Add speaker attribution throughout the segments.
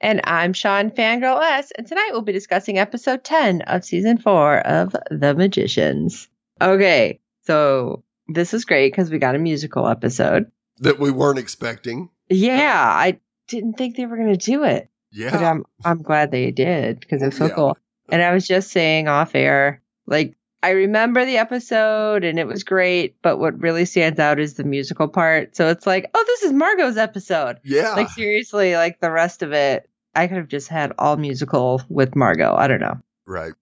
Speaker 1: And I'm Sean Fangirl S, and tonight we'll be discussing episode 10 of season 4 of The Magicians. Okay, so this is great because we got a musical episode
Speaker 2: that we weren't expecting.
Speaker 1: Yeah, I didn't think they were going to do it.
Speaker 2: Yeah.
Speaker 1: But um, I'm, I'm glad they did because it's so yeah. cool. And I was just saying off air, like, I remember the episode and it was great, but what really stands out is the musical part. So it's like, oh, this is Margot's episode.
Speaker 2: Yeah.
Speaker 1: Like seriously, like the rest of it, I could have just had all musical with Margot. I don't know.
Speaker 2: Right.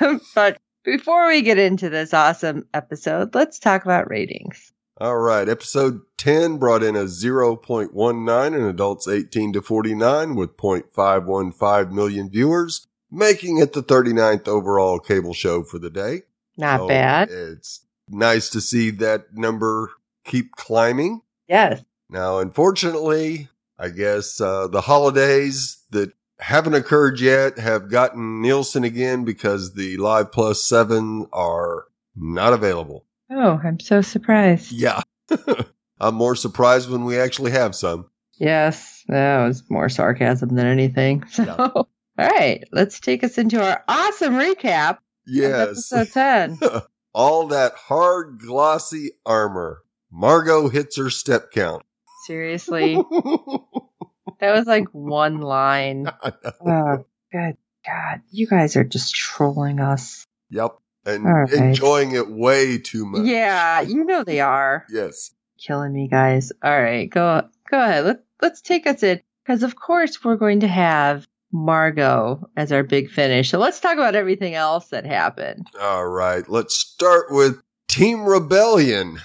Speaker 1: but before we get into this awesome episode, let's talk about ratings.
Speaker 2: All right. Episode 10 brought in a 0.19 in adults 18 to 49 with 0.515 million viewers, making it the 39th overall cable show for the day.
Speaker 1: Not
Speaker 2: Oh,
Speaker 1: so bad.
Speaker 2: It's nice to see that number keep climbing.
Speaker 1: Yes.
Speaker 2: Now, unfortunately, I guess uh, the holidays that haven't occurred yet have gotten Nielsen again because the Live Plus 7 are not available.
Speaker 1: Oh, I'm so surprised.
Speaker 2: Yeah. I'm more surprised when we actually have some.
Speaker 1: Yes. That was more sarcasm than anything. So, yeah. all right, let's take us into our awesome recap
Speaker 2: Yes.
Speaker 1: Episode 10.
Speaker 2: All that hard, glossy armor. Margot hits her step count.
Speaker 1: Seriously? that was like one line. oh, good God. You guys are just trolling us.
Speaker 2: Yep. And right. enjoying it way too much.
Speaker 1: Yeah, you know they are.
Speaker 2: yes.
Speaker 1: Killing me, guys. All right, go go ahead. Let, let's take us in. Because, of course, we're going to have Margot as our big finish. So let's talk about everything else that happened.
Speaker 2: All right. Let's start with Team Rebellion.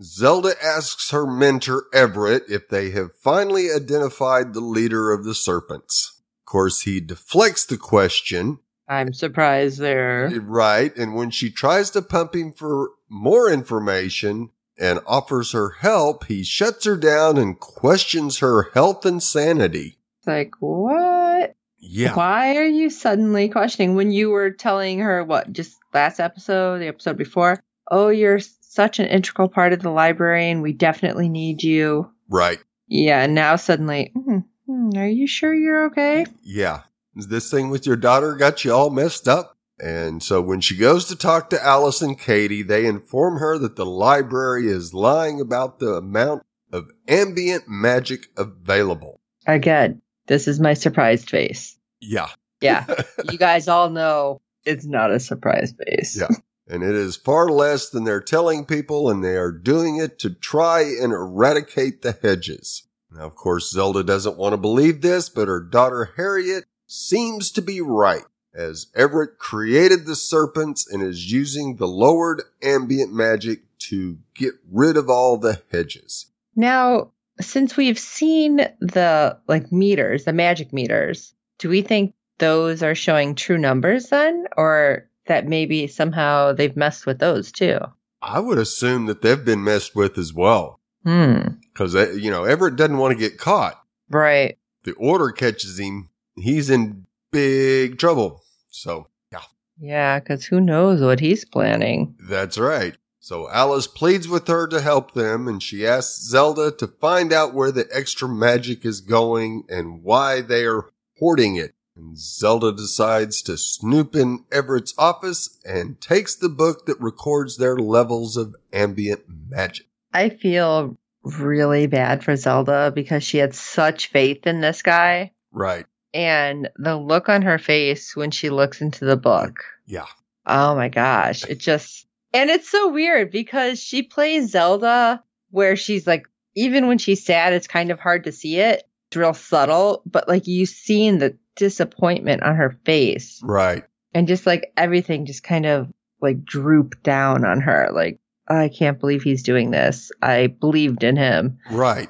Speaker 2: Zelda asks her mentor Everett if they have finally identified the leader of the serpents. Of course, he deflects the question. eh,
Speaker 1: I'm surprised there.
Speaker 2: Right. And when she tries to pump him for more information and offers her help, he shuts her down and questions her health and sanity.
Speaker 1: It's like, what?
Speaker 2: Yeah.
Speaker 1: Why are you suddenly questioning when you were telling her what just last episode, the episode before? Oh, you're such an integral part of the library, and we definitely need you.
Speaker 2: Right.
Speaker 1: Yeah. And now suddenly, mm, mm, are you sure you're okay?
Speaker 2: Yeah. This thing with your daughter got you all messed up. And so when she goes to talk to Alice and Katie, they inform her that the library is lying about the amount of ambient magic available.
Speaker 1: Again, this is my surprised face.
Speaker 2: Yeah.
Speaker 1: yeah. You guys all know it's not a surprise face.
Speaker 2: Yeah. And it is far less than they're telling people, and they are doing it to try and eradicate the hedges. Now, of course, Zelda doesn't want to believe this, but her daughter Harriet seems to be right, as Everett created the serpents and is using the lowered ambient magic to get rid of all the hedges.
Speaker 1: Now, since we've seen the like meters, the magic meters, do we think those are showing true numbers then or that maybe somehow they've messed with those too?
Speaker 2: I would assume that they've been messed with as well.
Speaker 1: Hmm.
Speaker 2: Cuz you know, Everett doesn't want to get caught.
Speaker 1: Right.
Speaker 2: The order catches him, he's in big trouble. So, yeah.
Speaker 1: Yeah, cuz who knows what he's planning.
Speaker 2: That's right. So Alice pleads with her to help them, and she asks Zelda to find out where the extra magic is going and why they are hoarding it. And Zelda decides to snoop in Everett's office and takes the book that records their levels of ambient magic.
Speaker 1: I feel really bad for Zelda because she had such faith in this guy.
Speaker 2: Right.
Speaker 1: And the look on her face when she looks into the book.
Speaker 2: Yeah.
Speaker 1: Oh my gosh. It just And it's so weird because she plays Zelda where she's like, even when she's sad, it's kind of hard to see it. It's real subtle, but like you've seen the disappointment on her face
Speaker 2: Right.
Speaker 1: and just like everything just kind of like droop down on her. Like, I can't believe he's doing this. I believed in him.
Speaker 2: Right.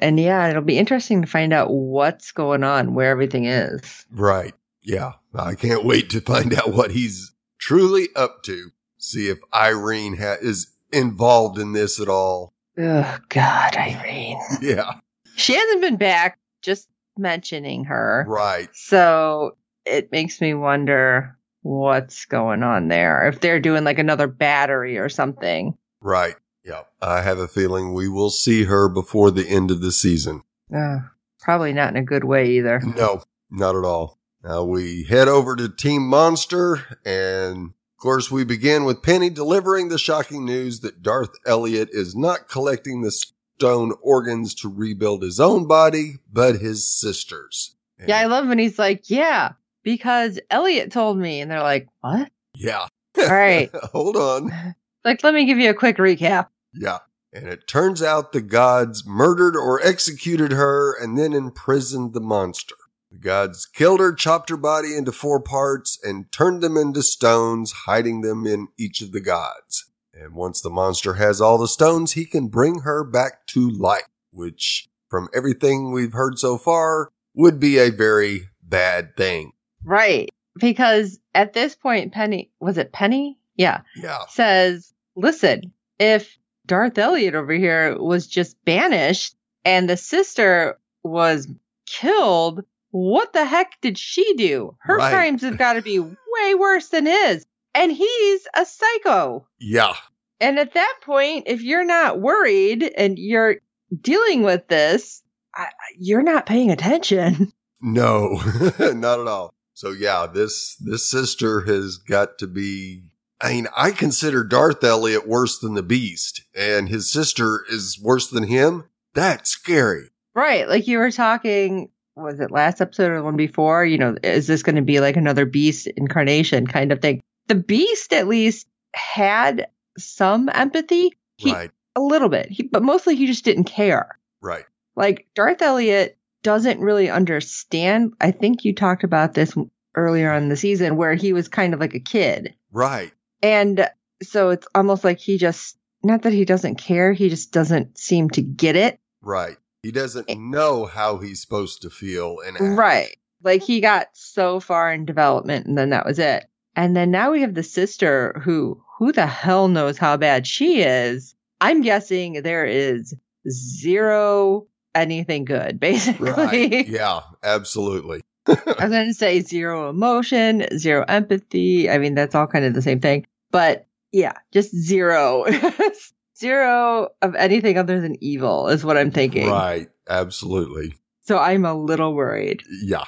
Speaker 1: And yeah, it'll be interesting to find out what's going on, where everything is.
Speaker 2: Right. Yeah. I can't wait to find out what he's truly up to. See if Irene ha- is involved in this at all.
Speaker 1: Oh, God, Irene.
Speaker 2: Yeah.
Speaker 1: She hasn't been back, just mentioning her.
Speaker 2: Right.
Speaker 1: So it makes me wonder what's going on there. If they're doing like another battery or something.
Speaker 2: Right. Yeah. I have a feeling we will see her before the end of the season.
Speaker 1: Ugh, probably not in a good way either.
Speaker 2: No, not at all. Now we head over to Team Monster, and of course, we begin with Penny delivering the shocking news that Darth Elliot is not collecting the stone organs to rebuild his own body, but his sister's. And-
Speaker 1: Yeah, I love when he's like, yeah, because Elliot told me. And they're like, what?
Speaker 2: yeah.
Speaker 1: All right.
Speaker 2: Hold on.
Speaker 1: Like, let me give you a quick recap.
Speaker 2: Yeah. And it turns out the gods murdered or executed her and then imprisoned the monster. The gods killed her, chopped her body into four parts, and turned them into stones, hiding them in each of the gods. And once the monster has all the stones, he can bring her back to life, which, from everything we've heard so far, would be a very bad thing.
Speaker 1: Right. Because at this point, Penny, was it Penny? Yeah.
Speaker 2: Yeah.
Speaker 1: Says, listen, if Darth Elliot over here was just banished and the sister was killed, what the heck did she do? Her
Speaker 2: Right.
Speaker 1: crimes have got to be way worse than his. And he's a psycho.
Speaker 2: Yeah.
Speaker 1: And at that point, if you're not worried and you're dealing with this, I, I- you're not paying attention.
Speaker 2: No, not at all. So yeah, this this sister has got to be. I mean, I consider Darth Elliot worse than the Beast, and his sister is worse than him. That's scary.
Speaker 1: Right. Like you were talking, was it last episode or the one before? You know, is this going to be like another beast incarnation kind of thing? The beast at least had some empathy, He-
Speaker 2: right,
Speaker 1: a little bit, he, but mostly he just didn't care.
Speaker 2: right,
Speaker 1: like Darth Elliot doesn't really understand. I think you talked about this earlier on in the season where he was kind of like a kid.
Speaker 2: right.
Speaker 1: And so it's almost like he just, not that he doesn't care, he just doesn't seem to get it.
Speaker 2: Right. He doesn't know how he's supposed to feel and act.
Speaker 1: Right. Like he got so far in development and then that was it. And then now we have the sister who, who the hell knows how bad she is. I'm guessing there is zero anything good, basically.
Speaker 2: Right. yeah, absolutely.
Speaker 1: I was going to say zero emotion, zero empathy. I mean, that's all kind of the same thing. But yeah, just zero. zero of anything other than evil is what I'm thinking.
Speaker 2: Right, absolutely.
Speaker 1: So I'm a little worried.
Speaker 2: Yeah.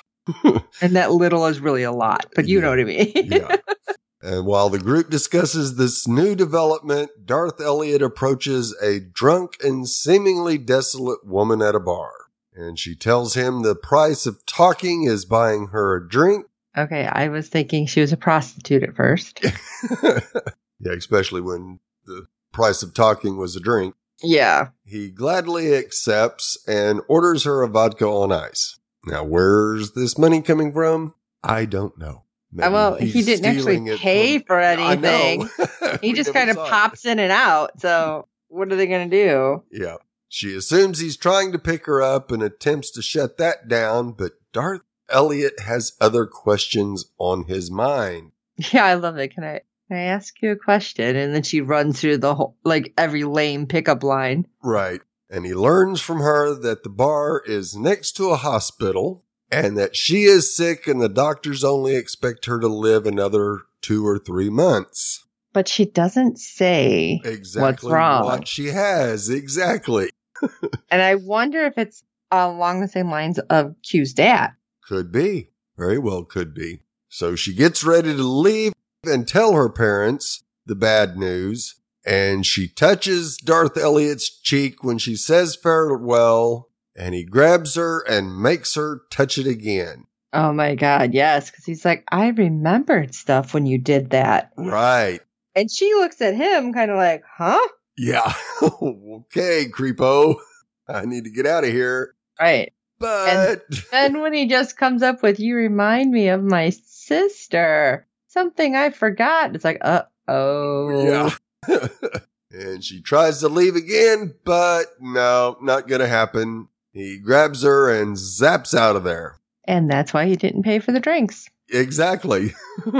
Speaker 1: And that little is really a lot, but you
Speaker 2: Yeah.
Speaker 1: know what I mean.
Speaker 2: yeah. And while the group discusses this new development, Darth Elliot approaches a drunk and seemingly desolate woman at a bar. And she tells him the price of talking is buying her a drink.
Speaker 1: okay, I was thinking she was a prostitute at first.
Speaker 2: yeah, especially when the price of talking was a drink.
Speaker 1: yeah.
Speaker 2: He gladly accepts and orders her a vodka on ice. Now, where's this money coming from? I don't know. Maybe
Speaker 1: Uh, well,
Speaker 2: he's
Speaker 1: he didn't
Speaker 2: stealing
Speaker 1: actually
Speaker 2: it
Speaker 1: pay
Speaker 2: from-
Speaker 1: for
Speaker 2: I know.
Speaker 1: anything. He
Speaker 2: We
Speaker 1: just
Speaker 2: never
Speaker 1: kind of
Speaker 2: saw it.
Speaker 1: pops in and out. So what are they going to do?
Speaker 2: Yeah. She assumes he's trying to pick her up and attempts to shut that down, but Darth Elliot has other questions on his mind.
Speaker 1: Yeah, I love it. Can I can I ask you a question? And then she runs through the whole like every lame pickup line.
Speaker 2: Right. And he learns from her that the bar is next to a hospital and that she is sick and the doctors only expect her to live another two or three months.
Speaker 1: But she doesn't say
Speaker 2: Exactly
Speaker 1: wrong?
Speaker 2: what she has. Exactly.
Speaker 1: and I wonder if it's along the same lines of Q's dad.
Speaker 2: Could be. Very well could be. So she gets ready to leave and tell her parents the bad news. And she touches Darth Elliot's cheek when she says farewell. And he grabs her and makes her touch it again.
Speaker 1: Oh my god, yes, because he's like, I remembered stuff when you did that.
Speaker 2: Right.
Speaker 1: And she looks at him kind of like, huh?
Speaker 2: Yeah. okay, creepo. I need to get out of here.
Speaker 1: Right.
Speaker 2: But
Speaker 1: And when he just comes up with, you remind me of my sister, something I forgot. It's like, uh oh.
Speaker 2: yeah. and she tries to leave again, but no, not going to happen. He grabs her and zaps out of there.
Speaker 1: And that's why he didn't pay for the drinks.
Speaker 2: Exactly.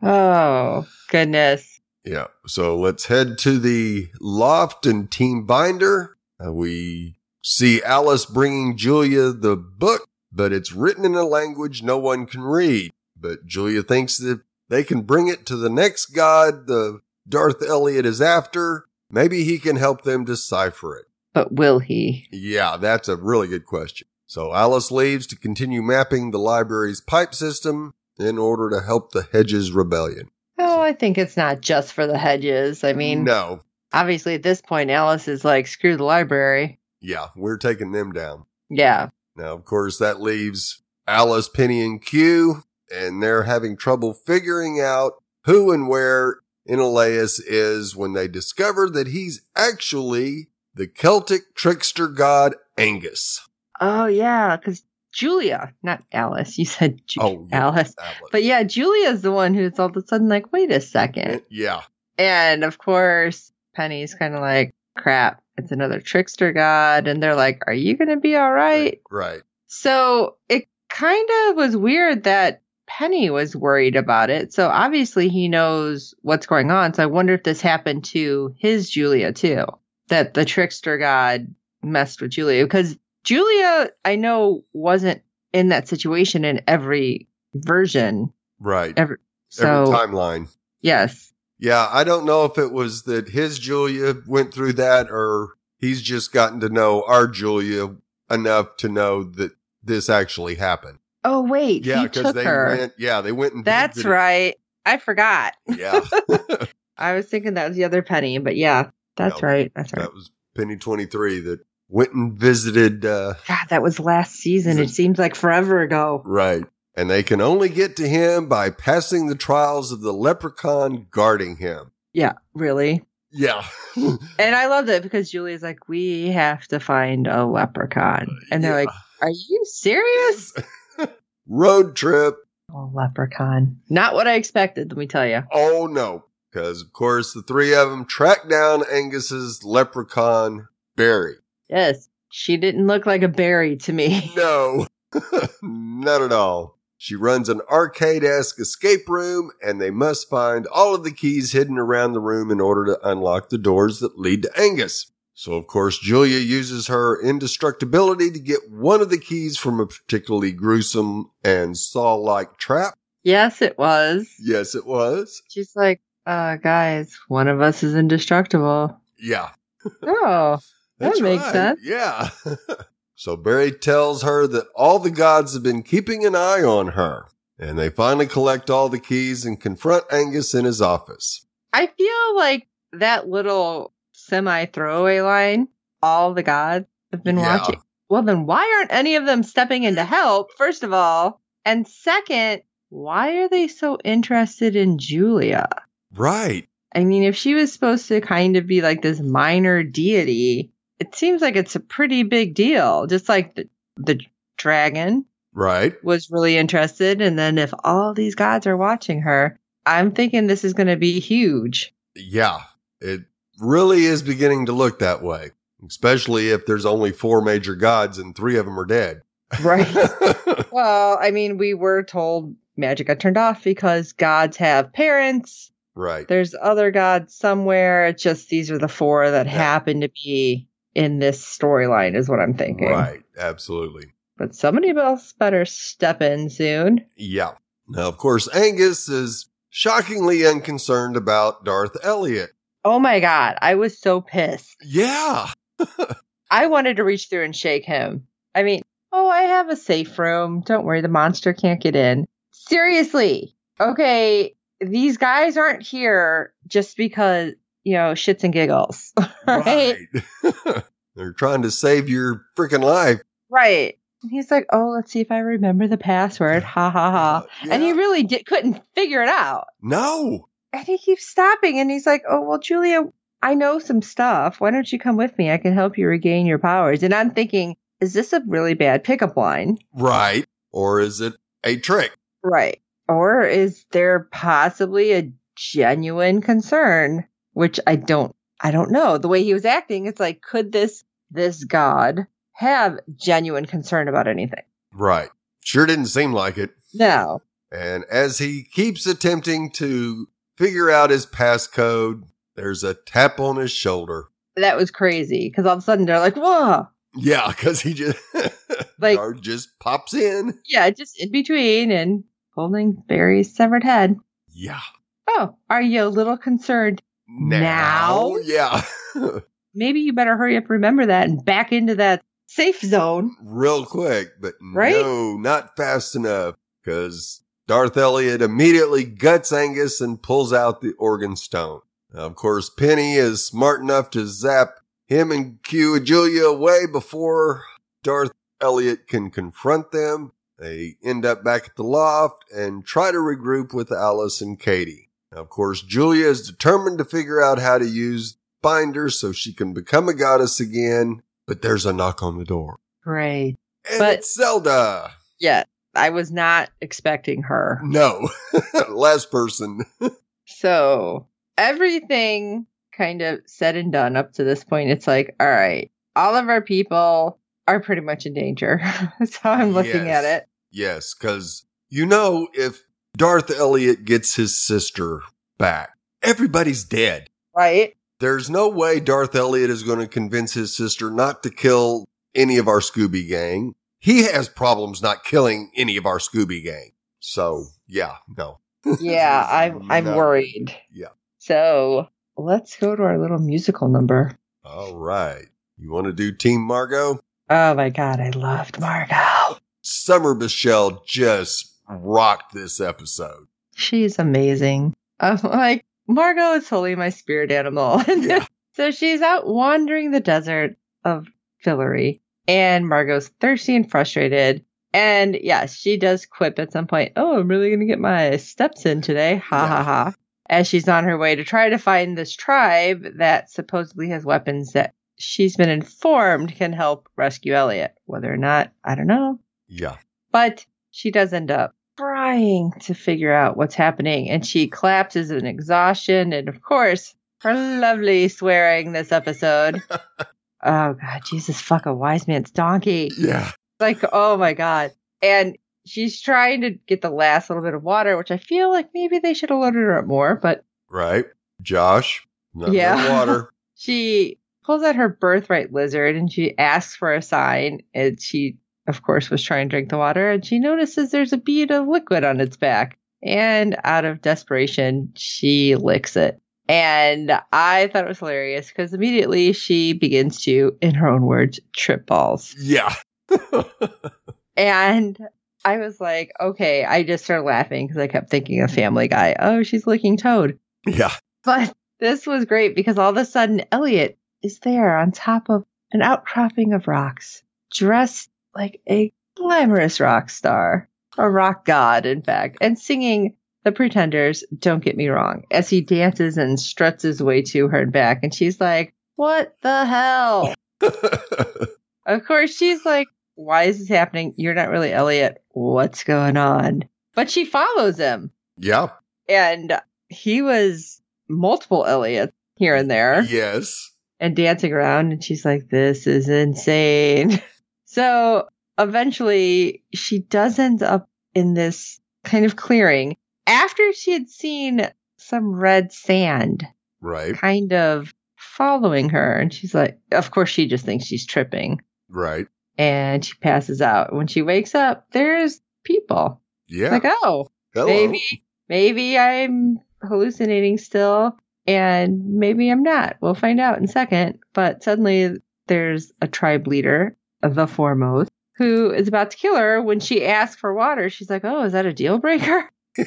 Speaker 1: Oh, goodness.
Speaker 2: Yeah. So let's head to the loft and Team Binder. Uh, we see Alice bringing Julia the book, but it's written in a language no one can read. But Julia thinks that they can bring it to the next god the Darth Elliot is after. Maybe he can help them decipher it.
Speaker 1: But will he?
Speaker 2: Yeah, that's a really good question. So Alice leaves to continue mapping the library's pipe system in order to help the Hedges rebellion.
Speaker 1: Oh, I think it's not just for the hedges. I mean,
Speaker 2: no,
Speaker 1: obviously at this point, Alice is like, screw the library.
Speaker 2: Yeah, we're taking them down.
Speaker 1: Yeah.
Speaker 2: Now, of course, that leaves Alice, Penny, and Q, and they're having trouble figuring out who and where Enelaus is when they discover that he's actually the Celtic trickster god Angus.
Speaker 1: Oh, yeah. Because Julia, not Alice. You said Ju-
Speaker 2: Oh, yeah,
Speaker 1: Alice.
Speaker 2: Alice.
Speaker 1: But yeah, Julia's the one who's all of a sudden like, wait a second.
Speaker 2: yeah,
Speaker 1: And of course, Penny's kind of like, crap, it's another trickster god. And they're like, are you going to be all right?
Speaker 2: right.
Speaker 1: So it kind of was weird that Penny was worried about it. So obviously he knows what's going on. So I wonder if this happened to his Julia too, that the trickster god messed with Julia. Because Julia, I know, wasn't in that situation in every version.
Speaker 2: Right.
Speaker 1: Every- So,
Speaker 2: Every timeline.
Speaker 1: yes.
Speaker 2: Yeah, I don't know if it was that his Julia went through that or he's just gotten to know our Julia enough to know that this actually happened.
Speaker 1: Oh, wait.
Speaker 2: Yeah,
Speaker 1: he
Speaker 2: because
Speaker 1: took
Speaker 2: they
Speaker 1: her.
Speaker 2: went. Yeah, they went and.
Speaker 1: That's
Speaker 2: did it.
Speaker 1: right. I forgot.
Speaker 2: Yeah,
Speaker 1: I was thinking that was the other Penny, but yeah, that's
Speaker 2: No,
Speaker 1: right. That's right.
Speaker 2: that was Penny Twenty Three that went and visited. Uh,
Speaker 1: God, that was last season. It seems like forever ago.
Speaker 2: right, and they can only get to him by passing the trials of the leprechaun guarding him.
Speaker 1: Yeah, really.
Speaker 2: Yeah,
Speaker 1: And I love that because Julia's like, we have to find a leprechaun. And they're
Speaker 2: Uh, Yeah.
Speaker 1: like, are you serious?
Speaker 2: road trip.
Speaker 1: Oh, leprechaun. Not what I expected, let me tell you.
Speaker 2: Oh no, because of course the three of them track down Angus's leprechaun Barry.
Speaker 1: Yes, she didn't look like a berry to me.
Speaker 2: No, not at all. She runs an arcade esque escape room, and they must find all of the keys hidden around the room in order to unlock the doors that lead to Angus. So, of course, Julia uses her indestructibility to get one of the keys from a particularly gruesome and saw like trap.
Speaker 1: Yes, it was.
Speaker 2: Yes, it was.
Speaker 1: She's like, uh, guys, one of us is indestructible.
Speaker 2: Yeah.
Speaker 1: Oh, That
Speaker 2: that's
Speaker 1: makes
Speaker 2: right.
Speaker 1: sense.
Speaker 2: Yeah. so Barry tells her that all the gods have been keeping an eye on her, and they finally collect all the keys and confront Angus in his office.
Speaker 1: I feel like that little semi throwaway line, all the gods have been
Speaker 2: Yeah.
Speaker 1: watching. Well, then why aren't any of them stepping in to help, first of all? And second, why are they so interested in Julia?
Speaker 2: Right.
Speaker 1: I mean, if she was supposed to kind of be like this minor deity, it seems like it's a pretty big deal. Just like the, the dragon
Speaker 2: Right.
Speaker 1: was really interested. And then if all these gods are watching her, I'm thinking this is going to be huge.
Speaker 2: Yeah. It really is beginning to look that way, especially if there's only four major gods and three of them are dead.
Speaker 1: Well, I mean, we were told magic got turned off because gods have parents.
Speaker 2: right.
Speaker 1: There's other gods somewhere. It's just these are the four that happen to be in this storyline, is what I'm thinking.
Speaker 2: Right. Absolutely.
Speaker 1: But somebody else better step in soon.
Speaker 2: Yeah. Now, of course, Angus is shockingly unconcerned about Darth Elliot.
Speaker 1: Oh my God. I was so pissed.
Speaker 2: Yeah.
Speaker 1: I wanted to reach through and shake him. I mean, oh, I have a safe room. Don't worry, the monster can't get in. Seriously. Okay, these guys aren't here just because, you know, shits and giggles. right?
Speaker 2: Right. They're trying to save your freaking life.
Speaker 1: Right. And he's like, oh, let's see if I remember the password. Ha ha ha.
Speaker 2: Uh, Yeah.
Speaker 1: And he really di- couldn't figure it out.
Speaker 2: no.
Speaker 1: and he keeps stopping and he's like, Oh, well, Julia, I know some stuff. Why don't you come with me? I can help you regain your powers. And I'm thinking, is this a really bad pickup line?
Speaker 2: Right. Or is it a trick?
Speaker 1: Right. Or is there possibly a genuine concern, which I don't, I don't know. The way he was acting, it's like, could this, this God have genuine concern about anything?
Speaker 2: Right. Sure didn't seem like it.
Speaker 1: No.
Speaker 2: And as he keeps attempting to figure out his passcode, there's a tap on his shoulder.
Speaker 1: That was crazy because all of a sudden they're like, whoa.
Speaker 2: Yeah, because he just
Speaker 1: Like-
Speaker 2: Guard just pops in.
Speaker 1: Yeah, just in between and holding Barry's severed head.
Speaker 2: Yeah.
Speaker 1: Oh, are you a little concerned? Now?
Speaker 2: Yeah.
Speaker 1: Maybe you better hurry up, remember that, and back into that safe zone.
Speaker 2: Real quick, but
Speaker 1: Right?
Speaker 2: no, not fast enough. Because Darth Elliot immediately guts Angus and pulls out the organ stone. Now, of course, Penny is smart enough to zap him and Q and Julia away before Darth Elliot can confront them. They end up back at the loft and try to regroup with Alice and Katie. Now, of course, Julia is determined to figure out how to use Binder so she can become a goddess again, but there's a knock on the door.
Speaker 1: Great.
Speaker 2: And
Speaker 1: But-
Speaker 2: it's Zelda.
Speaker 1: Yeah, I was not expecting her.
Speaker 2: No. Last person.
Speaker 1: So everything kind of said and done up to this point, it's like, all right, all of our people are pretty much in danger. That's how I'm looking
Speaker 2: Yes.
Speaker 1: at it.
Speaker 2: Yes, because you know, if Darth Elliot gets his sister back, everybody's dead.
Speaker 1: Right?
Speaker 2: There's no way Darth Elliot is going to convince his sister not to kill any of our Scooby gang. He has problems not killing any of our Scooby gang. So, yeah, no.
Speaker 1: Yeah, I'm I'm
Speaker 2: No.
Speaker 1: worried.
Speaker 2: Yeah.
Speaker 1: So let's go to our little musical number.
Speaker 2: All right. You want to do Team Margot?
Speaker 1: Oh my god, I loved Margot.
Speaker 2: Summer Michelle just rocked this episode.
Speaker 1: She's amazing. I'm like, Margot is totally my spirit animal.
Speaker 2: Yeah.
Speaker 1: So she's out wandering the desert of Fillory, and Margot's thirsty and frustrated. And yes, she does quip at some point, Oh, I'm really going to get my steps in today. Ha
Speaker 2: Yeah.
Speaker 1: ha ha. As she's on her way to try to find this tribe that supposedly has weapons that she's been informed can help rescue Elliot. Whether or not, I don't know.
Speaker 2: Yeah.
Speaker 1: But she does end up trying to figure out what's happening and she collapses in exhaustion. And of course, her lovely swearing this episode. oh, God, Jesus, fuck a wise man's donkey.
Speaker 2: Yeah.
Speaker 1: Like, oh my God. And she's trying to get the last little bit of water, which I feel like maybe they should have loaded her up more, but
Speaker 2: Right. Josh. Not
Speaker 1: Yeah.
Speaker 2: yeah. water.
Speaker 1: she pulls out her birthright lizard and she asks for a sign and she of course was trying to drink the water and she notices there's a bead of liquid on its back and out of desperation she licks it and i thought it was hilarious because immediately she begins to in her own words trip balls
Speaker 2: Yeah.
Speaker 1: and I was like, okay, I just started laughing because I kept thinking of Family Guy. Oh, she's licking Toad.
Speaker 2: yeah.
Speaker 1: But this was great because all of a sudden Elliot is there on top of an outcropping of rocks, dressed like a glamorous rock star, a rock god, in fact, and singing The Pretenders, Don't Get Me Wrong, as he dances and struts his way to her and back. And she's like, What the hell? Of course, she's like, Why is this happening? You're not really Elliot. What's going on? But she follows him.
Speaker 2: yeah.
Speaker 1: And he was multiple Elliot here and there
Speaker 2: Yes.
Speaker 1: and dancing around and she's like this is insane so eventually she does end up in this kind of clearing after she had seen some red sand
Speaker 2: Right.
Speaker 1: kind of following her and she's like of course she just thinks she's tripping
Speaker 2: Right.
Speaker 1: and she passes out when she wakes up there's people
Speaker 2: Yeah.
Speaker 1: like oh
Speaker 2: Hello.
Speaker 1: maybe maybe i'm hallucinating still and maybe i'm not we'll find out in a second but suddenly there's a tribe leader the foremost who is about to kill her when she asks for water she's like oh is that a deal breaker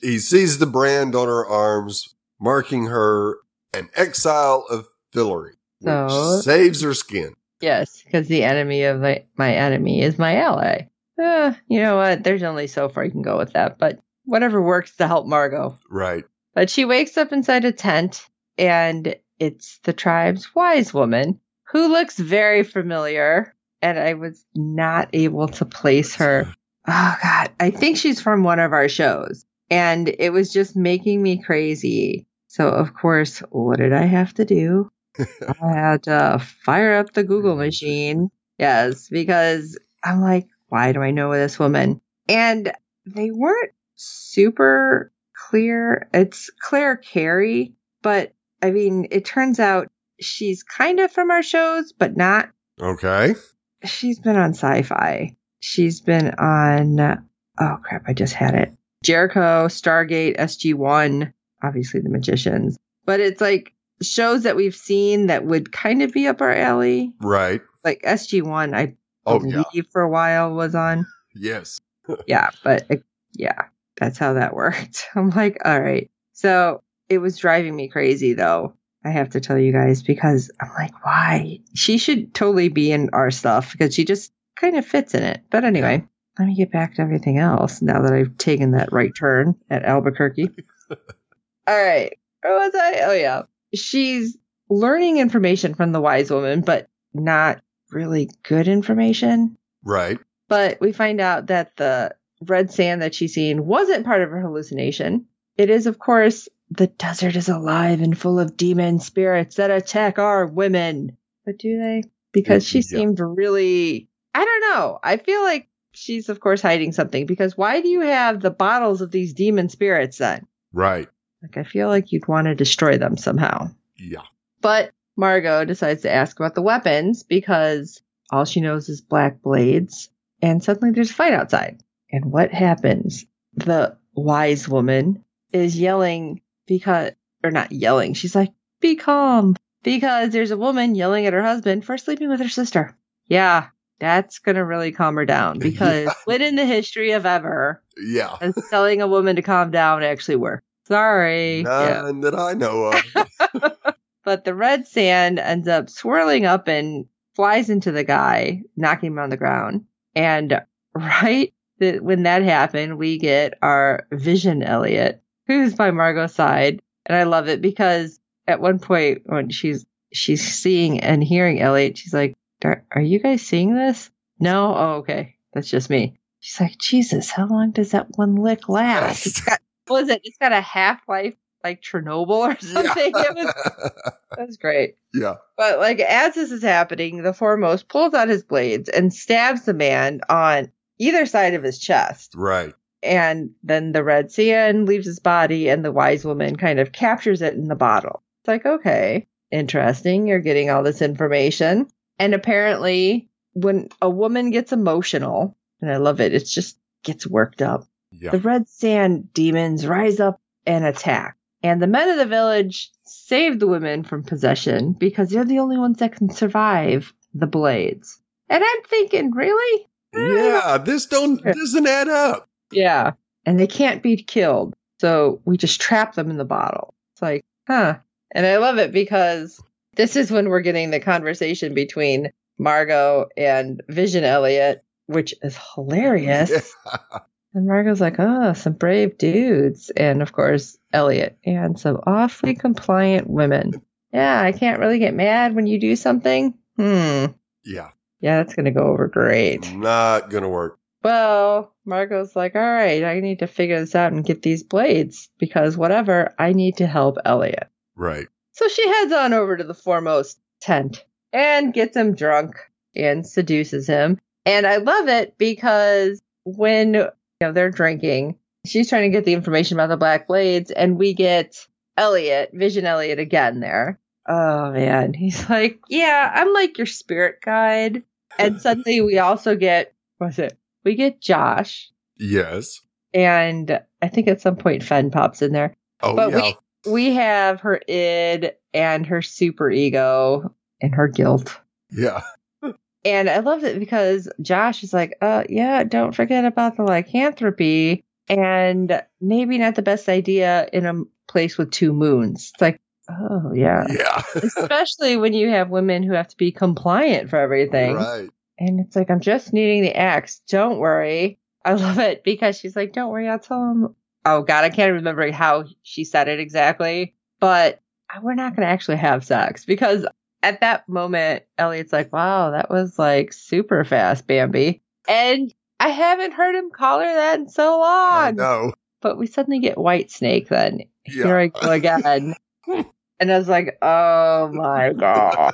Speaker 2: He sees the brand on her arms, marking her an exile of Fillory, which
Speaker 1: So-
Speaker 2: saves her skin.
Speaker 1: yes because the enemy of my, my enemy is my ally uh, you know what there's only so far you can go with that but whatever works to help margot
Speaker 2: Right.
Speaker 1: But she wakes up inside a tent and it's the tribe's wise woman who looks very familiar. And I was not able to place her. Oh, God. I think she's from one of our shows. And it was just making me crazy. So, of course, what did I have to do? I had to fire up the Google machine. Yes, because I'm like, why do I know this woman? And they weren't super clear. It's Claire Carey, but I mean, it turns out she's kind of from our shows, but not.
Speaker 2: Okay.
Speaker 1: She's been on sci fi. She's been on, oh crap, I just had it. Jericho, Stargate, SG1, obviously the magicians. But it's like shows that we've seen that would kind of be up our alley.
Speaker 2: Right.
Speaker 1: Like SG1, I
Speaker 2: Oh,
Speaker 1: believe for a while was on.
Speaker 2: Yes.
Speaker 1: yeah, but uh, yeah, that's how that worked. I'm like, all right. So it was driving me crazy though. I have to tell you guys because I'm like, why? She should totally be in our stuff because she just kind of fits in it. But anyway, let me get back to everything else now that I've taken that right turn at Albuquerque. all right. Where was I? Oh, yeah. She's learning information from the wise woman, but not really good information.
Speaker 2: Right.
Speaker 1: But we find out that the red sand that she's seen wasn't part of her hallucination. It is, of course, the desert is alive and full of demon spirits that attack our women. But do they? Because she
Speaker 2: Yeah.
Speaker 1: seemed really. I don't know. I feel like she's, of course, hiding something because why do you have the bottles of these demon spirits then?
Speaker 2: Right.
Speaker 1: Like, I feel like you'd want to destroy them somehow.
Speaker 2: Yeah.
Speaker 1: But Margot decides to ask about the weapons because all she knows is black blades. And suddenly there's a fight outside. And what happens? The wise woman is yelling because, or not yelling, she's like, be calm because there's a woman yelling at her husband for sleeping with her sister. Yeah, that's going to really calm her down because when in the history of ever
Speaker 2: Yeah.
Speaker 1: has telling a woman to calm down actually work? Sorry. Yeah.
Speaker 2: None that I know of.
Speaker 1: But the red sand ends up swirling up and flies into the guy, knocking him on the ground. And right th- when that happened, we get our Vision Elliot, who's by Margot's side. And I love it because at one point when she's she's seeing and hearing Elliot, she's like, "Are are you guys seeing this?" No, oh okay, that's just me. She's like, "Jesus, how long does that one lick last?" It's got, what is it? It's got a half life like Chernobyl or something. It was that was great.
Speaker 2: yeah.
Speaker 1: But like as this is happening, the foremost pulls out his blades and stabs the man on either side of his chest.
Speaker 2: Right.
Speaker 1: And then the red sand leaves his body and the wise woman kind of captures it in the bottle. It's like, okay, interesting. You're getting all this information. And apparently when a woman gets emotional, and I love it, it's just gets worked up.
Speaker 2: Yeah.
Speaker 1: The red sand demons rise up and attack. And the men of the village save the women from possession because they're the only ones that can survive the blades. And I'm thinking, really?
Speaker 2: Yeah. This don't doesn't add up.
Speaker 1: Yeah. And they can't be killed. So we just trap them in the bottle. It's like, huh. And I love it because this is when we're getting the conversation between Margot and Vision Elliot, which is hilarious. And Margot's like, oh, some brave dudes. And of course, Elliot and some awfully compliant women. Yeah, I can't really get mad when you do something. Hmm.
Speaker 2: Yeah.
Speaker 1: Yeah, that's going to go over great.
Speaker 2: Not gonna work.
Speaker 1: Well, Margot's like, all right, I need to figure this out and get these blades because whatever, I need to help Elliot.
Speaker 2: Right.
Speaker 1: So she heads on over to the foremost tent and gets him drunk and seduces him. And I love it because when you know they're drinking, she's trying to get the information about the black blades, and we get Elliot, Vision Elliot again there. Oh man. He's like, Yeah, I'm like your spirit guide. And suddenly we also get what's it? We get Josh
Speaker 2: Yes.
Speaker 1: and I think at some point Fen pops in there
Speaker 2: Oh
Speaker 1: But
Speaker 2: yeah.
Speaker 1: we- we have her id and her super ego and her guilt.
Speaker 2: yeah.
Speaker 1: And I love it because Josh is like, uh, yeah, don't forget about the lycanthropy and maybe not the best idea in a place with two moons. It's like, oh, yeah.
Speaker 2: Yeah.
Speaker 1: Especially when you have women who have to be compliant for everything.
Speaker 2: Right.
Speaker 1: And it's like, I'm just needing the axe. Don't worry. I love it because she's like, don't worry. I'll tell him oh god, I can't remember how she said it exactly, but we're not going to actually have sex because at that moment, Elliot's like, wow, that was like super fast, Bambi. And I haven't heard him call her that in so long.
Speaker 2: No.
Speaker 1: But we suddenly get White Snake then. Yeah. Here I go again. and I was like, oh my God.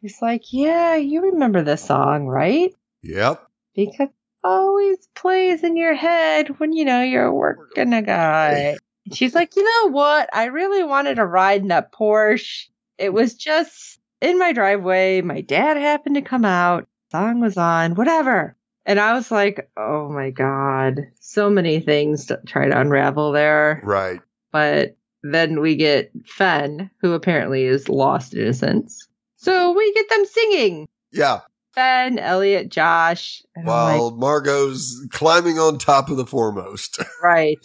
Speaker 1: He's like, yeah, you remember this song, right?
Speaker 2: Yep.
Speaker 1: Because always plays in your head when you know you're working a guy. She's like, you know what? I really wanted a ride in that Porsche. It was just in my driveway. My dad happened to come out. Song was on, whatever. And I was like, oh my God. So many things to try to unravel there.
Speaker 2: Right.
Speaker 1: But then we get Fen, who apparently is lost innocence. So we get them singing.
Speaker 2: Yeah.
Speaker 1: Ben, Elliot, Josh.
Speaker 2: While like, Margot's climbing on top of the foremost.
Speaker 1: right.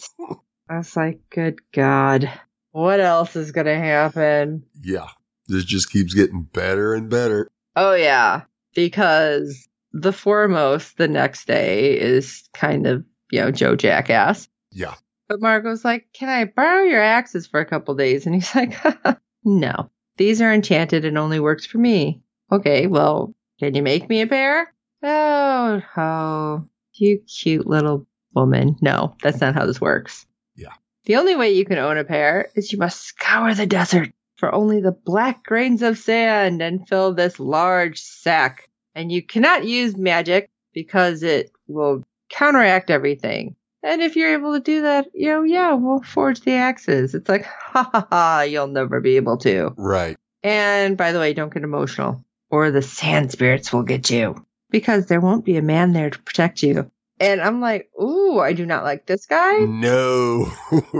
Speaker 1: I was like, good God. What else is going to happen?
Speaker 2: Yeah. This just keeps getting better and better.
Speaker 1: Oh, yeah. Because the foremost the next day is kind of, you know, Joe Jackass.
Speaker 2: Yeah.
Speaker 1: But Margot's like, can I borrow your axes for a couple days? And he's like, no. These are enchanted and only works for me. Okay, well, can you make me a pair? Oh, oh, you cute little woman. No, that's not how this works.
Speaker 2: Yeah.
Speaker 1: The only way you can own a pair is you must scour the desert for only the black grains of sand and fill this large sack. And you cannot use magic because it will counteract everything. And if you're able to do that, you know, yeah, we'll forge the axes. It's like, ha ha ha, you'll never be able to.
Speaker 2: Right.
Speaker 1: And by the way, don't get emotional or the sand spirits will get you because there won't be a man there to protect you. And I'm like, ooh, I do not like this guy.
Speaker 2: No.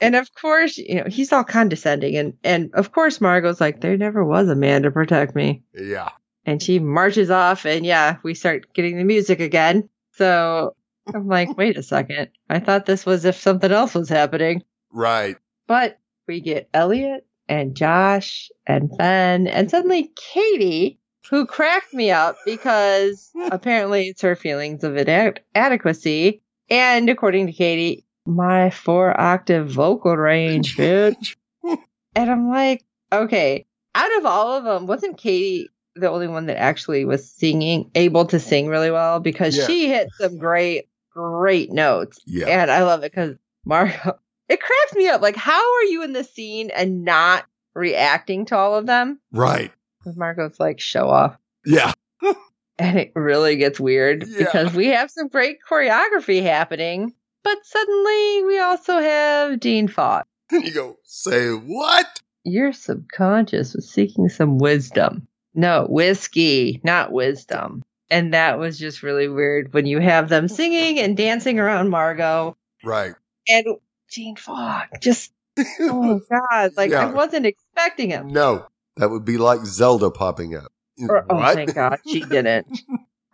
Speaker 1: and of course, you know, he's all condescending. And, and of course, Margot's like, there never was a man to protect me.
Speaker 2: Yeah.
Speaker 1: And she marches off. And yeah, we start getting the music again. So I'm like, wait a second. I thought this was if something else was happening.
Speaker 2: Right.
Speaker 1: But we get Elliot and Josh and Ben, and suddenly Katie, who cracked me up because apparently it's her feelings of inadequacy. And according to Katie, my four octave vocal range, bitch. and I'm like, okay, out of all of them, wasn't Katie the only one that actually was singing, able to sing really well? Because yeah. she hit some great, great notes.
Speaker 2: Yeah.
Speaker 1: And I love it because Mario, it cracks me up. Like, how are you in the scene and not reacting to all of them?
Speaker 2: Right.
Speaker 1: Because Marco's like, show off.
Speaker 2: Yeah.
Speaker 1: and it really gets weird yeah. because we have some great choreography happening, but suddenly we also have Dean Fought.
Speaker 2: you go, say what?
Speaker 1: Your subconscious was seeking some wisdom. No, whiskey, not wisdom. And that was just really weird when you have them singing and dancing around Margot.
Speaker 2: Right.
Speaker 1: And Gene Fogg. Just oh god, like yeah. I wasn't expecting him.
Speaker 2: No, that would be like Zelda popping up.
Speaker 1: Or, oh thank God, she didn't.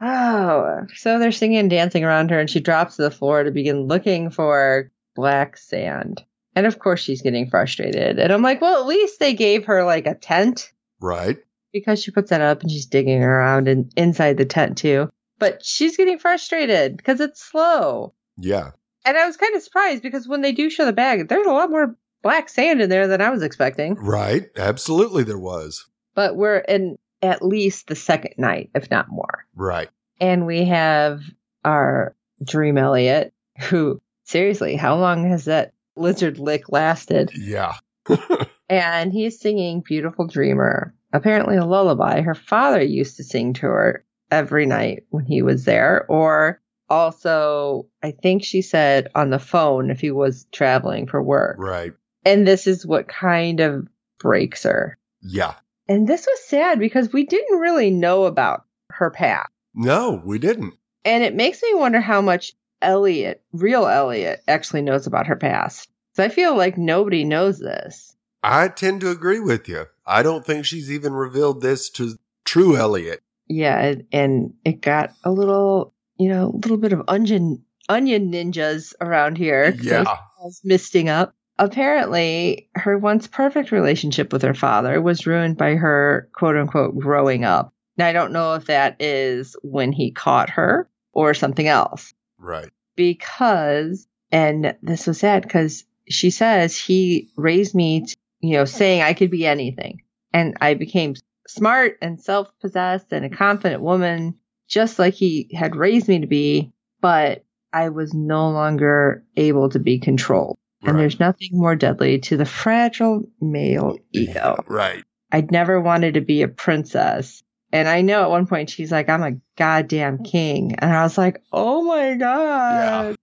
Speaker 1: oh, so they're singing and dancing around her, and she drops to the floor to begin looking for black sand. And of course, she's getting frustrated. And I'm like, well, at least they gave her like a tent,
Speaker 2: right?
Speaker 1: Because she puts that up and she's digging around and inside the tent too. But she's getting frustrated because it's slow.
Speaker 2: Yeah
Speaker 1: and I was kind of surprised because when they do show the bag, there's a lot more black sand in there than I was expecting.
Speaker 2: Right. Absolutely, there was.
Speaker 1: But we're in at least the second night, if not more.
Speaker 2: Right.
Speaker 1: And we have our Dream Elliot, who, seriously, how long has that lizard lick lasted?
Speaker 2: Yeah.
Speaker 1: and he's singing Beautiful Dreamer, apparently a lullaby her father used to sing to her every night when he was there, or also i think she said on the phone if he was traveling for work
Speaker 2: right
Speaker 1: and this is what kind of breaks her
Speaker 2: yeah
Speaker 1: and this was sad because we didn't really know about her past
Speaker 2: no we didn't
Speaker 1: and it makes me wonder how much elliot real elliot actually knows about her past so i feel like nobody knows this
Speaker 2: i tend to agree with you i don't think she's even revealed this to true elliot
Speaker 1: yeah and it got a little you know, a little bit of onion onion ninjas around here.
Speaker 2: Yeah,
Speaker 1: I was misting up. Apparently, her once perfect relationship with her father was ruined by her quote unquote growing up. Now, I don't know if that is when he caught her or something else.
Speaker 2: Right.
Speaker 1: Because And this was sad because she says he raised me, to, you know, saying I could be anything. And I became smart and self possessed and a confident woman, just like he had raised me to be. But I was no longer able to be controlled. And
Speaker 2: Right.
Speaker 1: there's nothing more deadly to the fragile male ego.
Speaker 2: Right.
Speaker 1: I'd never wanted to be a princess. And I know at one point she's like, I'm a goddamn king. And I was like, oh my God.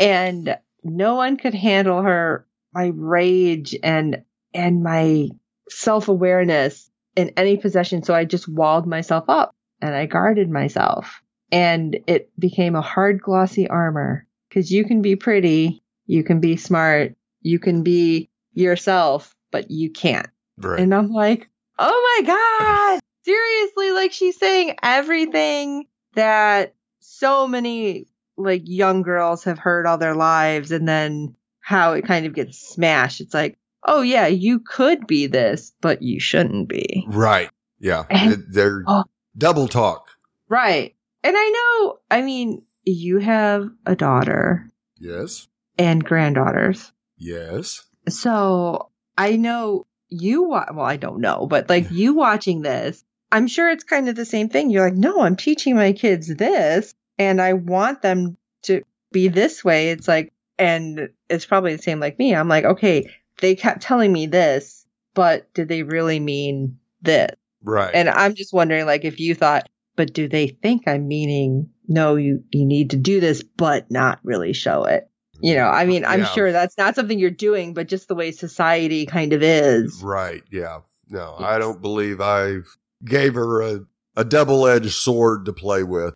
Speaker 1: And no one could handle her, my rage and, and my self awareness in any possession. So I just walled myself up and I guarded myself and it became a hard, glossy armor because you can be pretty. You can be smart. You can be yourself, but you can't.
Speaker 2: Right.
Speaker 1: And I'm like, oh my God. Seriously, like she's saying everything that so many like young girls have heard all their lives and then how it kind of gets smashed. It's like, oh yeah, you could be this, but you shouldn't be.
Speaker 2: right. Yeah.
Speaker 1: And-
Speaker 2: They're
Speaker 1: Oh.
Speaker 2: double talk.
Speaker 1: Right. And I know, I mean, you have a daughter
Speaker 2: Yes.
Speaker 1: and granddaughters.
Speaker 2: Yes.
Speaker 1: So I know you, wa- well, I don't know, but like you watching this, I'm sure it's kind of the same thing. You're like, no, I'm teaching my kids this and I want them to be this way. It's like, and it's probably the same like me. I'm like, okay, they kept telling me this, but did they really mean this?
Speaker 2: Right.
Speaker 1: And I'm just wondering, like, if you thought, but do they think I'm meaning, no, you, you need to do this, but not really show it? You know, I mean, I'm
Speaker 2: Yeah.
Speaker 1: sure that's not something you're doing, but just the way society kind of is.
Speaker 2: Right. Yeah. No,
Speaker 1: Yes.
Speaker 2: I don't believe I gave her a, a double edged sword to play with.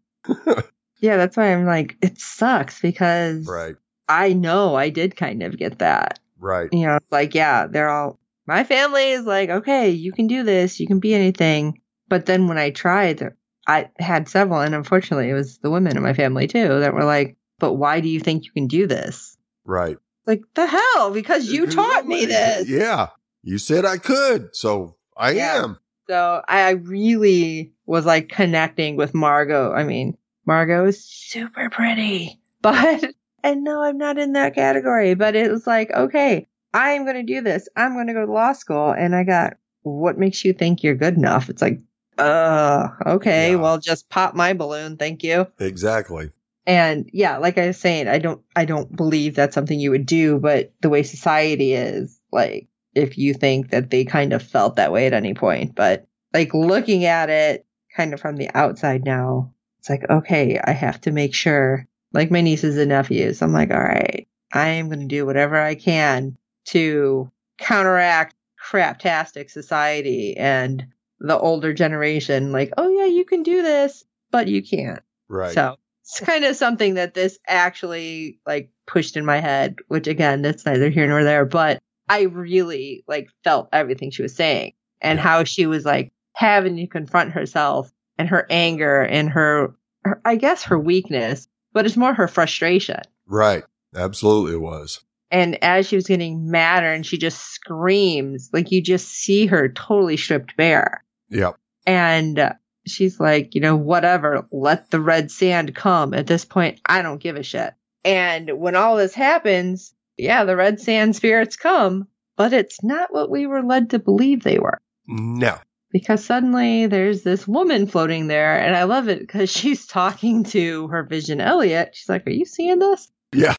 Speaker 1: Yeah, that's why I'm like, it sucks because
Speaker 2: Right.
Speaker 1: I know I did kind of get that.
Speaker 2: Right.
Speaker 1: You know, it's like, yeah, they're all, my family is like, okay, you can do this, you can be anything. But then when I tried, there- I had several, and unfortunately, it was the women in my family too that were like, but why do you think you can do this?
Speaker 2: Right.
Speaker 1: Like, the hell? Because you taught me this.
Speaker 2: Yeah. You said I could. So I
Speaker 1: Yeah.
Speaker 2: am.
Speaker 1: So I I really was like connecting with Margot. I mean, Margot is super pretty, but, and no, I'm not in that category, but it was like, okay, I'm going to do this. I'm going to go to law school. And I got, what makes you think you're good enough? It's like, uh, okay,
Speaker 2: Yeah.
Speaker 1: well, just pop my balloon. Thank you.
Speaker 2: Exactly.
Speaker 1: And yeah, like I was saying, I don't, I don't believe that's something you would do, but the way society is, like, if you think that they kind of felt that way at any point, but like looking at it kind of from the outside now, it's like, okay, I have to make sure, like my nieces and nephews, I'm like, all right, I am going to do whatever I can to counteract craptastic society and the older generation, like, oh yeah, you can do this, but you can't.
Speaker 2: Right.
Speaker 1: So it's kind of something that this actually like pushed in my head, which again, that's neither here nor there, but I really like felt everything she was saying and
Speaker 2: Yeah.
Speaker 1: how she was like having to confront herself and her anger and her, her I guess her weakness, but it's more her frustration.
Speaker 2: Right. Absolutely it was.
Speaker 1: And as she was getting madder and she just screams, like you just see her totally stripped bare.
Speaker 2: Yep.
Speaker 1: And uh, she's like, you know, whatever, let the red sand come. At this point, I don't give a shit. And when all this happens, yeah, the red sand spirits come, but it's not what we were led to believe they were.
Speaker 2: No.
Speaker 1: Because suddenly there's this woman floating there, and I love it because she's talking to her vision Elliot. She's like, Are you seeing this?
Speaker 2: Yeah.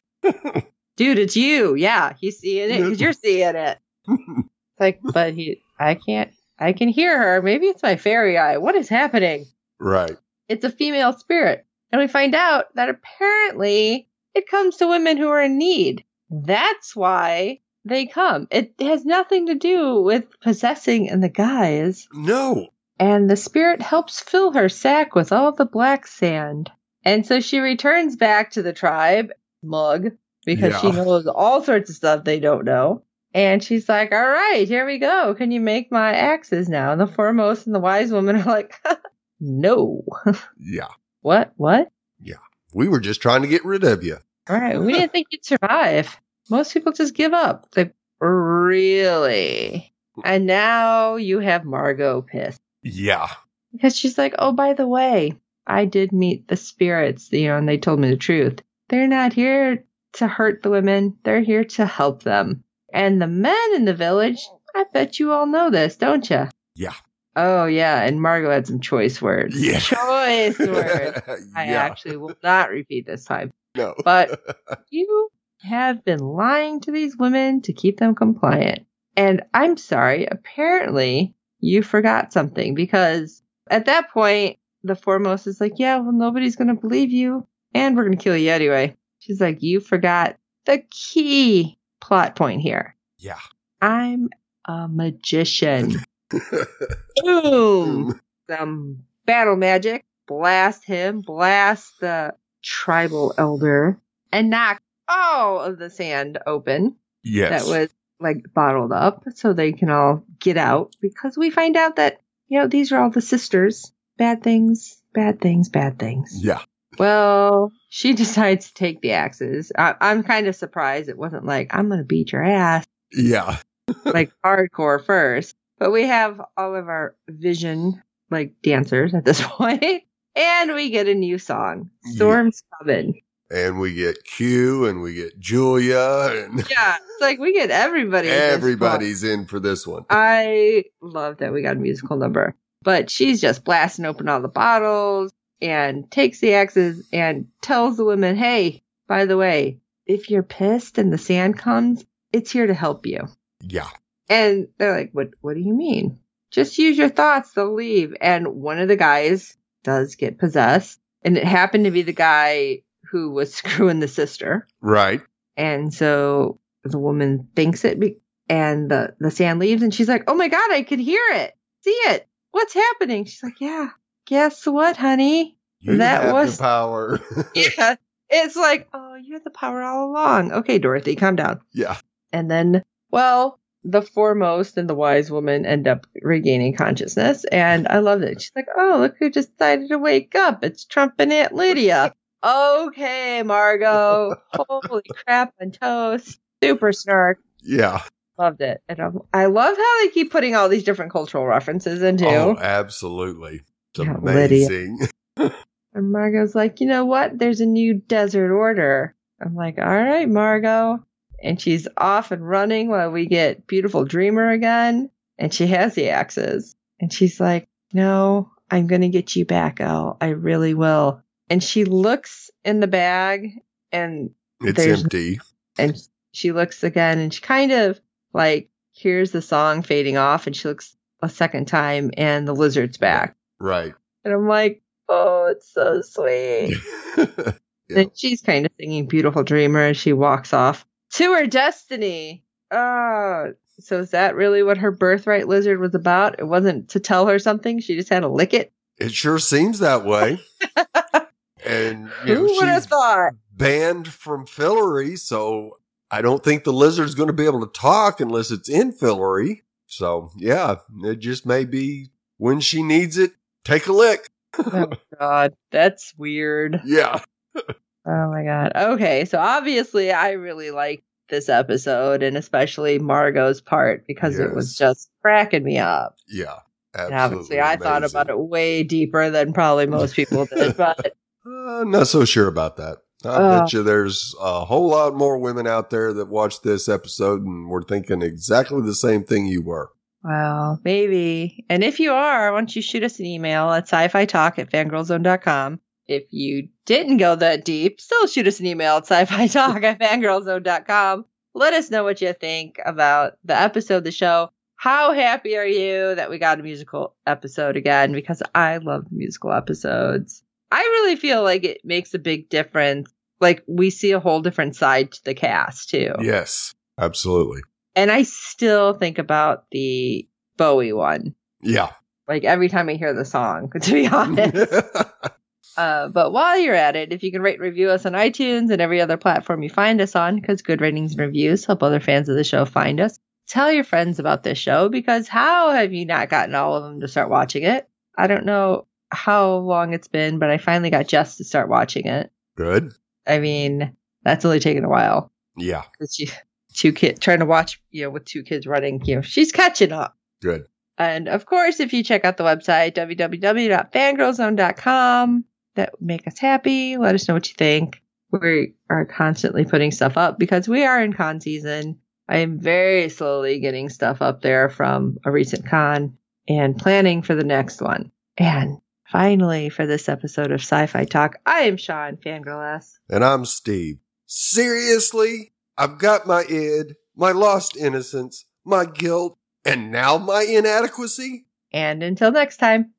Speaker 1: Dude, it's you. Yeah, he's seeing it because you're seeing it. It's like, but he, I can't, I can hear her. Maybe it's my fairy eye. What is happening?
Speaker 2: right.
Speaker 1: it's a female spirit. And we find out that apparently it comes to women who are in need. That's why they come. It has nothing to do with possessing in the guise.
Speaker 2: No.
Speaker 1: And the spirit helps fill her sack with all the black sand. And so she returns back to the tribe, mug, because she
Speaker 2: Yeah.
Speaker 1: knows all sorts of stuff they don't know. And she's like, All right, here we go. Can you make my axes now? And the foremost and the wise woman are like, No.
Speaker 2: Yeah.
Speaker 1: What? What?
Speaker 2: We were just trying to get rid of you.
Speaker 1: All right. We didn't think you'd survive. Most people just give up. They really. And now you have Margot pissed
Speaker 2: Yeah.
Speaker 1: because she's like, oh, by the way, I did meet the spirits, you know, and they told me the truth. They're not here to hurt the women, they're here to help them. And the men in the village, I bet you all know this, don't you?
Speaker 2: Yeah.
Speaker 1: Oh, yeah. And Margot had some choice words.
Speaker 2: Yeah.
Speaker 1: Choice words. I
Speaker 2: Yeah.
Speaker 1: actually will not repeat this time.
Speaker 2: No.
Speaker 1: But- You have been lying to these women to keep them compliant. And I'm sorry, apparently you forgot something because at that point, the foremost is like, Yeah, well, nobody's going to believe you, and we're going to kill you anyway. She's like, You forgot the key plot point here.
Speaker 2: yeah.
Speaker 1: I'm a magician.
Speaker 2: Mm.
Speaker 1: Boom! Some um, battle magic. Blast him, blast the tribal elder, and knock all of the sand open
Speaker 2: yes.
Speaker 1: that was like bottled up so they can all get out because we find out that you know these are all the sisters bad things bad things bad things
Speaker 2: yeah.
Speaker 1: well she decides to take the axes I- i'm kind of surprised it wasn't like i'm gonna beat your ass
Speaker 2: Yeah.
Speaker 1: like hardcore first but we have all of our vision like dancers at this point and we get a new song storm's coming
Speaker 2: And we get Q and we get Julia and
Speaker 1: yeah it's like we get everybody at this Uh, point.
Speaker 2: everybody's in for this one.
Speaker 1: I love that we got a musical number. But she's just blasting open all the bottles and takes the axes and tells the women, hey, by the way, if you're pissed and the sand comes, it's here to help you.
Speaker 2: Yeah.
Speaker 1: And they're like, what, what do you mean? Just use your thoughts, they'll leave. And one of the guys does get possessed. And it happened to be the guy who was screwing the sister.
Speaker 2: Right.
Speaker 1: And so the woman thinks it, be- and the, the sand leaves, and she's like, Oh my God, I can hear it, see it. What's happening? She's like, Yeah, guess what, honey?
Speaker 2: You
Speaker 1: That
Speaker 2: have
Speaker 1: was-
Speaker 2: the power.
Speaker 1: Yeah. It's like, Oh, you had the power all along. Okay, Dorothy, calm down.
Speaker 2: yeah.
Speaker 1: And then, well, the foremost and the wise woman end up regaining consciousness. And I love it. She's like, oh, look who decided to wake up. It's Trump and Aunt Lydia. okay, Margot. Holy crap on toast. Super snark.
Speaker 2: Yeah.
Speaker 1: Loved it. And I'm, I love how they keep putting all these different cultural references into.
Speaker 2: Oh, absolutely. It's
Speaker 3: Yeah, Lydia.
Speaker 2: amazing.
Speaker 1: And Margot's like, you know what? There's a new desert order. I'm like, all right, Margot. And she's off and running while we get Beautiful Dreamer again. And she has the axes. And she's like, no, I'm going to get you back, Elle. I really will. And she looks in the bag and,
Speaker 2: It's
Speaker 1: There's-
Speaker 2: empty.
Speaker 1: and she looks again and she kind of like hears the song fading off and she looks a second time and the lizard's back.
Speaker 2: Right.
Speaker 1: And I'm like, oh, it's so sweet.
Speaker 2: Yeah.
Speaker 1: And she's kind of singing Beautiful Dreamer as she walks off to her destiny. Oh, so is that really what her birthright lizard was about? It wasn't to tell her something, she just had to lick it.
Speaker 2: it sure seems that way. and you know,
Speaker 1: Who would have
Speaker 2: she's
Speaker 1: thought?
Speaker 2: banned from Fillory, so I don't think the lizard's going to be able to talk unless it's in Fillory. So, yeah, it just may be when she needs it, take a lick.
Speaker 1: Oh, God, that's weird.
Speaker 2: Yeah.
Speaker 1: Oh, my God. Okay, so obviously, I really liked this episode and especially Margot's part because it was
Speaker 2: Yes.
Speaker 1: just cracking me up.
Speaker 2: Yeah.
Speaker 1: And
Speaker 2: Absolutely.
Speaker 1: Obviously, I thought
Speaker 2: amazing.
Speaker 1: about it way deeper than probably most people did, but
Speaker 2: Uh, I'm not so sure about that. I
Speaker 1: Oh.
Speaker 2: bet you there's a whole lot more women out there that watched this episode and were thinking exactly the same thing you were.
Speaker 1: Well, maybe. And if you are, why don't you shoot us an email at sci-fi talk at fangirlzone.com. If you didn't go that deep, still shoot us an email at sci-fi talk at fangirlzone.com. Let us know what you think about the episode, the show. How happy are you that we got a musical episode again? Because I love musical episodes. I really feel like it makes a big difference. Like we see a whole different side to the cast too.
Speaker 2: Yes. Absolutely.
Speaker 1: And I still think about the Bowie one,
Speaker 2: Yeah.
Speaker 1: like every time I hear the song, to be honest.
Speaker 2: yeah.
Speaker 1: uh, but while you're at it, if you can rate and review us on iTunes and every other platform you find us on, because good ratings and reviews help other fans of the show find us. Tell your friends about this show because how have you not gotten all of them to start watching it? I don't know how long it's been, but I finally got Jess to start watching it.
Speaker 2: Good.
Speaker 1: I mean, that's only taken a while.
Speaker 2: Yeah.
Speaker 1: 'cause She, two kids trying to watch, you know, with two kids running, you know, she's catching up.
Speaker 2: Good.
Speaker 1: And of course, if you check out the website, www.fangirlzone.com, that would make us happy. Let us know what you think. we are constantly putting stuff up because we are in con season. I am very slowly getting stuff up there from a recent con and planning for the next one. And finally, for this episode of Sci Fi Talk, I am Sean Fangirl S.
Speaker 2: And I'm Steve. Seriously? I've got my id, my lost innocence, my guilt, and now my inadequacy?
Speaker 1: And until next time.